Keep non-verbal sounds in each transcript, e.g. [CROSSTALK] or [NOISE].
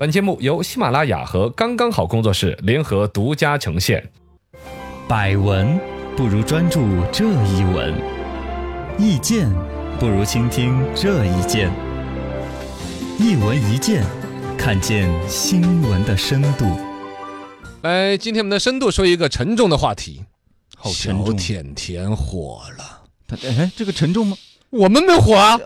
本节目由喜马拉雅和刚刚好工作室联合独家呈现。百闻不如专注这一闻，意见不如倾听这一见。一闻一见，看见新闻的深度。来，哎今天我们的深度说一个沉重的话题，好沉小重甜甜火了，他哎，这个沉重吗？我们没火啊，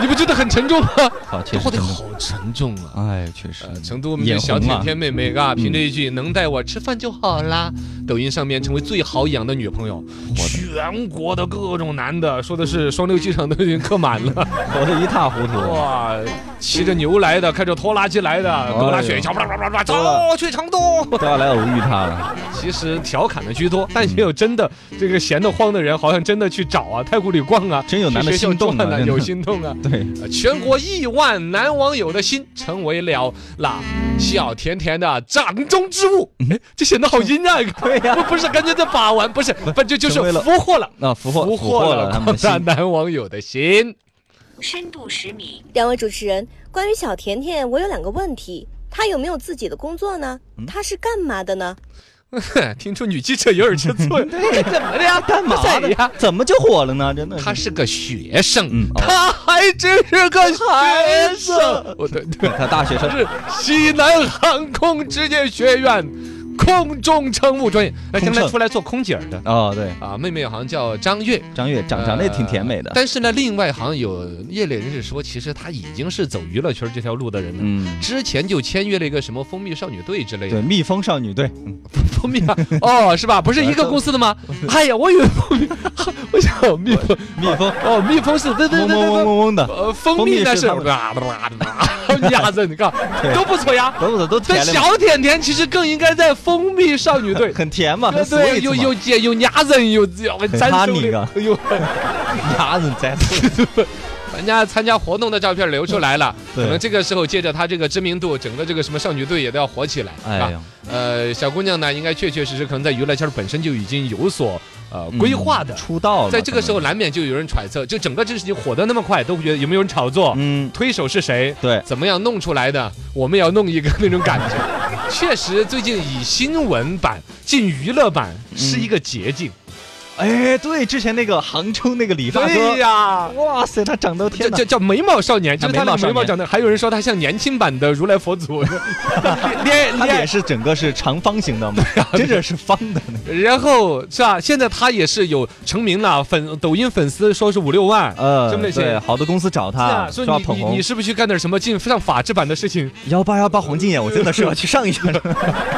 你不觉得很沉重吗？好，哦确这话实题沉重。好沉重啊。哎，确实呃，。成都我们的小甜甜妹妹嗯啊，凭着一句“能带我吃饭就好啦”，抖音上面成为最好养的女朋友，全国的各种男的说的是双流机场都已经客满了。活得一塌糊涂。哇，骑着牛来的，开着拖拉机来哎的，狗拉雪橇，啪啪啪啪，走去成都。 [LAUGHS] 都要来偶遇他了，其实调侃的居嗯多，但也有真的这个闲得慌的人，好像真的去找啊，太古里逛啊，真有男的去学校心动啊转真的有心动啊。 [LAUGHS] 对，呃全国亿万男网友的心成为了那小甜甜的掌中之物。哎，这显得好阴暗啊！嗯 [LAUGHS] 对呀不不是，感觉在把玩， [LAUGHS] 不是，不就就是成为了俘获了，那俘获俘俘获获了了他们广的大心。男网友的心。 [LAUGHS] 深度十米，两位主持人，关于小甜甜，我有两个问题：她有没有自己的工作呢？她是干嘛的呢？听出女记者有点吃 [LAUGHS] 醋，这怎么的呀？干嘛不的是呀？怎么就火了呢？真的是，他是个学生，嗯哦他还真是个学生。我对对，他大学生，是西南航空职业学院空中乘务专业，那将空来乘出来做空姐儿的哦，对，啊。妹妹好像叫张悦，张悦长长得也呃挺甜美的，但是呢，另外好像有业内人士说，其实她已经是走娱乐圈这条路的人了。嗯，之前就签约了一个什么蜂蜜少女队之类的对，，蜜蜂少女队，嗯蜂蜜啊，哦，是吧？不是一个公司的吗？哎呀，我以为蜂蜜，我想蜜蜂，蜜蜂哦，蜜蜂是嗡嗡嗡嗡嗡嗡嗡，嗡嗡的，呃，蜂蜜那是蜂蜜是哇哇 [LAUGHS] 哇，鸭子，你看对都不错呀。都都都甜但了嘛，。小甜甜其实更应该在蜂蜜少女队 [LAUGHS] 很甜嘛，很呃 sweet 对，有嘛有姐有鸭人有有很啊哈三尼兄个有 [LAUGHS] 鸭子在， [LAUGHS] 人家参加活动的照片流出来了，可 [LAUGHS] 对能这个时候借着她这个知名度，整个这个什么少女队也都要火起来。哎啊呀，呃，小姑娘呢，应该确确实实可能在娱乐圈本身就已经有所呃规划的嗯，出道了，在这个时候可难免就有人揣测，就整个这事情火得那么快，都会觉得有没有人炒作，能，嗯，推手是谁，对，怎么样弄出来的，我们也要弄一个那种感 [LAUGHS] 觉。确实，最近以新闻版进娱乐版是一个捷径。哎，对，之前那个杭州那个理发对哥，呀。哇塞，他长得叫天哪叫，叫眉毛啊少年，他就是他的眉毛少眉毛年长得，还有人说他像年轻版的如来佛 [LAUGHS] 祖，脸 [LAUGHS] 他脸脸是整个是长方形的嘛，啊 [LAUGHS] 真的是方的那个，脸，然后是吧？现在他也是有成名了，粉抖音粉丝说是五六万，呃，这么类型对，好多公司找是啊他，所说以要你捧你红你，是不是去干点什么进上法制版的事情？幺八幺八黄金眼，我真的是要去上一上， [LAUGHS]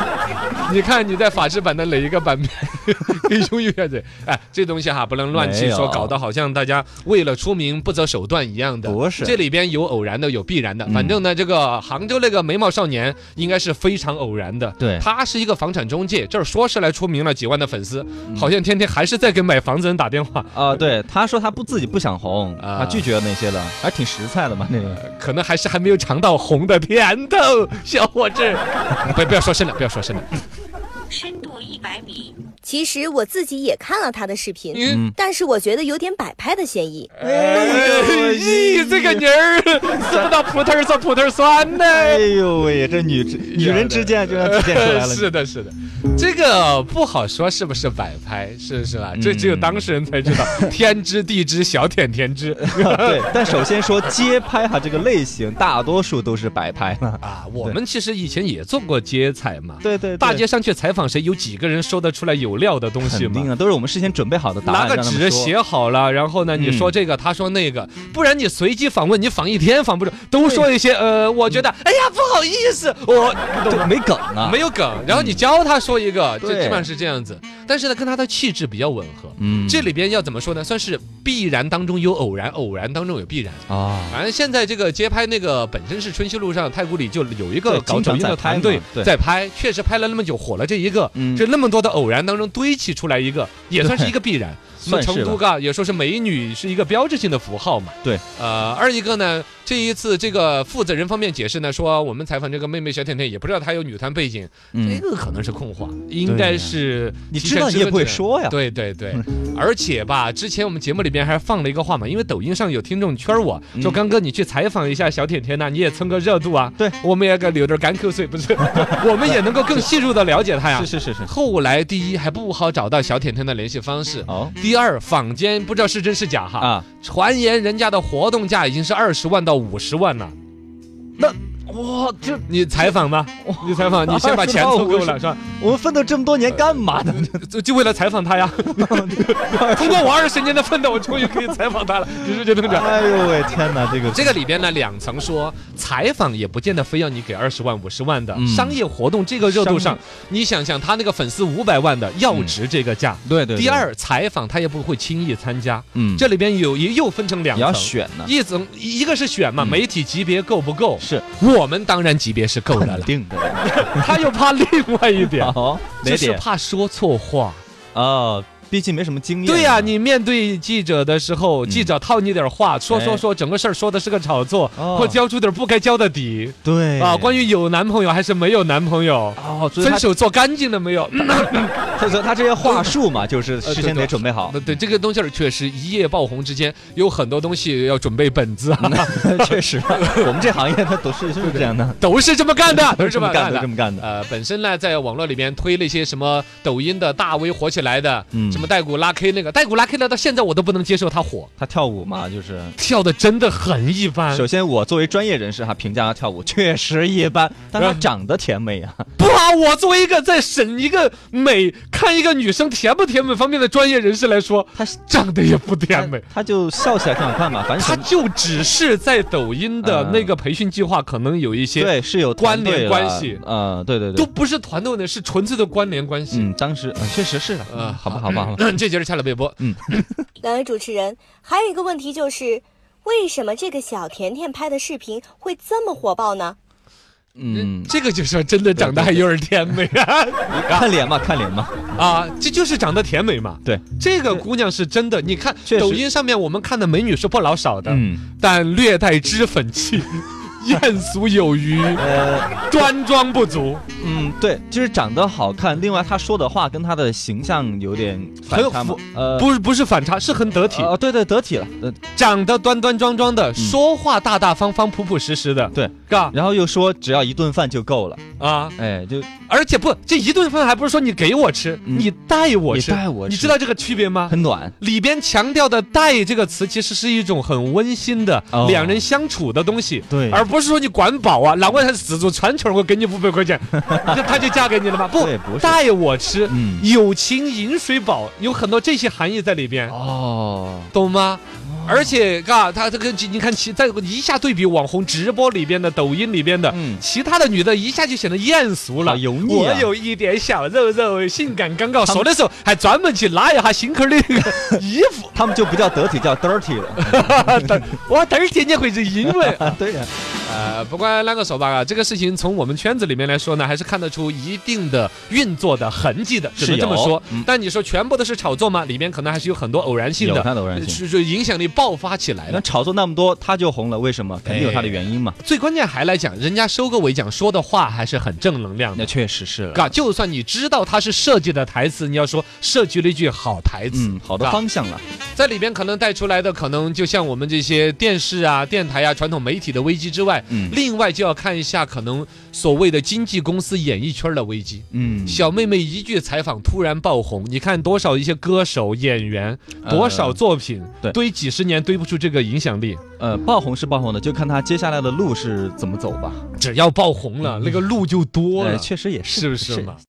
你看你在法制版的哪一个版面 [LAUGHS] 英雄遇见谁？哎，这东西哈不能乱没七有说，搞得好像大家为了出名不择手段一样的。不是这里边有偶然的，有必然的。嗯反正呢，这个杭州那个眉毛少年应该是非常偶然的。对他是一个房产中介，这儿说是来出名了几万的粉丝，嗯好像天天还是在给买房子人打电话。啊，对，他说他不自己不想红，啊他拒绝了那些了，还挺实在的嘛，那个，可能还是还没有尝到红的甜头， [LAUGHS] 小伙子。 [LAUGHS] 不，不要说深了，不要说深了。深度一百米，其实我自己也看了她的视频，嗯但是我觉得有点摆拍的嫌疑。哎， [LAUGHS] 咦，这个妮儿吃不到葡萄儿说葡萄儿酸呢。哎呦喂，这女之女人之间就让体现 [LAUGHS] 出来了，哎是的，是的，这个不好说是不是摆拍，是不是吧？这只有当事人才知 [LAUGHS] 道，天知地知，小舔甜知对，但首先说街拍哈这个类型，大多数都是摆拍 [LAUGHS] [LAUGHS] 了。啊。我们其实以前也做过街采嘛，对对，对大街上去采访谁，有几个人说得出来有料的东西肯嘛定？啊，都是我们事先准备好的答拿案，个让他们纸说。写好了，然后呢，你说这个，他说那个，不然你随机访问，你访一天访不住，都说一些呃，我觉得，哎呀，不好意思，我对，没梗啊，没有梗，然后你教他说一个，就对基本上是这样子。但是呢，跟他的气质比较吻合。嗯，这里边要怎么说呢？算是必然当中有偶然，偶然当中有必然。啊，反正现在这个街拍那个本身是春熙路上太古里就有一个对搞经抖常音的在拍团嘛队对在拍，确实拍了那么久，火了这一个，嗯这那么多的偶然当中堆砌出来一个，也算是一个必然。说算嗯是成都啊吧。嘎也说是美女是一个标志性的符号嘛。对，呃，二一个呢，这一次这个负责人方面解释呢，说我们采访这个妹妹小甜甜也不知道她有女团背景，这嗯，个可能是空话，应该是你提知前道你也问不会这个说呀对对对，而且吧，之前我们节目里边还放了一个话嘛，因为抖音上有听众圈我说，嗯刚哥你去采访一下小甜甜呐，你也蹭个热度啊。对，我们也该流点干口水，不 [LAUGHS] 是？我们也能够更细入的了解她呀是。是是是。后来第一还不好找到小甜甜的联系方式。哦第二，坊间不知道是真是假哈，啊，传言人家的活动价已经是二十万到五十万了。哇，这你采访吧，你采访，你先把钱20到凑够50了是吧？我们奋斗这么多年干嘛 [LAUGHS] 呢？就就为了采访他呀。 [LAUGHS] 通过我二十年的奋斗，我终于可以采访他了。你是这种感哎呦喂，天哪，这个啊这个里边呢，两层说，采访也不见得非要你给二十万、五十万的、嗯商业活动，这个热度上，你想想他那个粉丝五百万的要值这个价。对嗯对。对第，二，采访他也不会轻易参加，嗯，这里边有也又分成两你要层。选呢，一层一个是选嘛，嗯媒体级别够不够？是我们当然级别是够的肯了。定的。他又怕另外一点，哦，哪就是点怕说错话。哦，毕竟没什么经验嘛。对呀、你面嗯对记者的时候，记者套你点话，说说说，整个事儿说的是个炒作，哦或交出点不该交的底对啊。关于于有男朋友还是没有男朋友，哦，所以分他手做干净了没有？嗯他说他这些话术嘛，就是事先得准备好那，呃对这个东西儿确实一夜爆红之间有很多东西要准备本子啊， [LAUGHS] [LAUGHS] 确实，我们这行业它都是就是这样的，都是这么干 [LAUGHS] [LAUGHS] 的，都是这么干都的这。么干的。呃，本身呢，在网络里面推了一些什么抖音的大 V 火起来的，嗯什么带骨拉 K 那个，带骨拉 K 了，到现在我都不能接受他火，他跳舞嘛，就是跳的真的很一般。首先我作为专业人士哈，评价他跳舞确实一般，但他长得甜 [LAUGHS] 美啊，不啊，我作为一个在审一个美、看一个女生甜不甜美方面的专业人士来说，他长得也不甜 [LAUGHS] 美。他就笑起来挺好看嘛，反正她什么就只是在抖音的那个培训计划，可能有一些对是有关联团队关了系呃，对对都对，不是团队的，是纯粹的关联关系。嗯，当时呃确实是的，呃嗯好吧好吧好吧，这节是掐了微博，两位主持人，还有一个问题就是，为什么这个小甜甜拍的视频会这么火爆呢？嗯，这个就是真的长得还有点甜美啊看脸嘛看脸嘛， [LAUGHS] 啊，这就是长得甜美嘛。对，这个姑娘是真的，你看确实抖音上面我们看的美女是不老少的，嗯但略带脂粉 [LAUGHS] 气，艳俗有余。呃。端庄不足，嗯，对，就是长得好看，另外他说的话跟他的形象有点反差嘛很，呃，不是不是反差，是很得体，哦、对对，得体了，呃，长得端端庄庄的，说话大大方方、朴朴实实的，嗯对，嘎然后又说只要一顿饭就够了，啊！哎，就而且不，这一顿饭还不是说你给我吃，嗯你带我你吃，带我你吃知道这个区别吗？很暖，里边强调的“带”这个词，其实是一种很温馨的、哦两人相处的东西，对而不是说你管饱啊，哪怕他死足传球，我给你五百块 [LAUGHS] 钱，那他就嫁给你了吗？不对，不是带我吃，嗯，友情饮水饱，有很多这些含义在里边，哦，懂吗？而且，嘎，他这个你看其在一下对比网红直播里边的、抖音里边的，嗯其他的女的一下就显得艳俗了，好油腻我啊有一点小肉肉，性感刚刚他说们的时候还专门去拉一下心口儿的那个 [LAUGHS] 衣服，他们就不叫得体，叫 dirty [LAUGHS] 了，哇，嘚儿姐你会是英 [LAUGHS] 文。对呀、呃，不管啷个说吧，啊，这个事情从我们圈子里面来说呢，还是看得出一定的运作的痕迹的，只能是这么有说。嗯但你说全部都是炒作吗？里面可能还是有很多偶然性有的，它的偶然性是是影响力爆发起来那了。炒作那么多，他就红了，为什么？肯定有他的原因嘛，最关键还来讲，人家收个尾奖说的话还是很正能量那的。确实是了，嘎，就算你知道他是设计的台词，你要说设计了一句好台词，嗯，好的嘎方向了，在里边可能带出来的，可能就像我们这些电视啊、电台啊、传统媒体的危机之外，嗯另外就要看一下可能所谓的经纪公司、演艺圈的危机。嗯，小妹妹一句采访突然爆红，你看多少一些歌手、演员，呃多少作品，对堆几十年堆不出这个影响力。呃，爆红是爆红的，就看他接下来的路是怎么走吧，只要爆红了，那个路就多哎，了，确实也是，是不是嘛？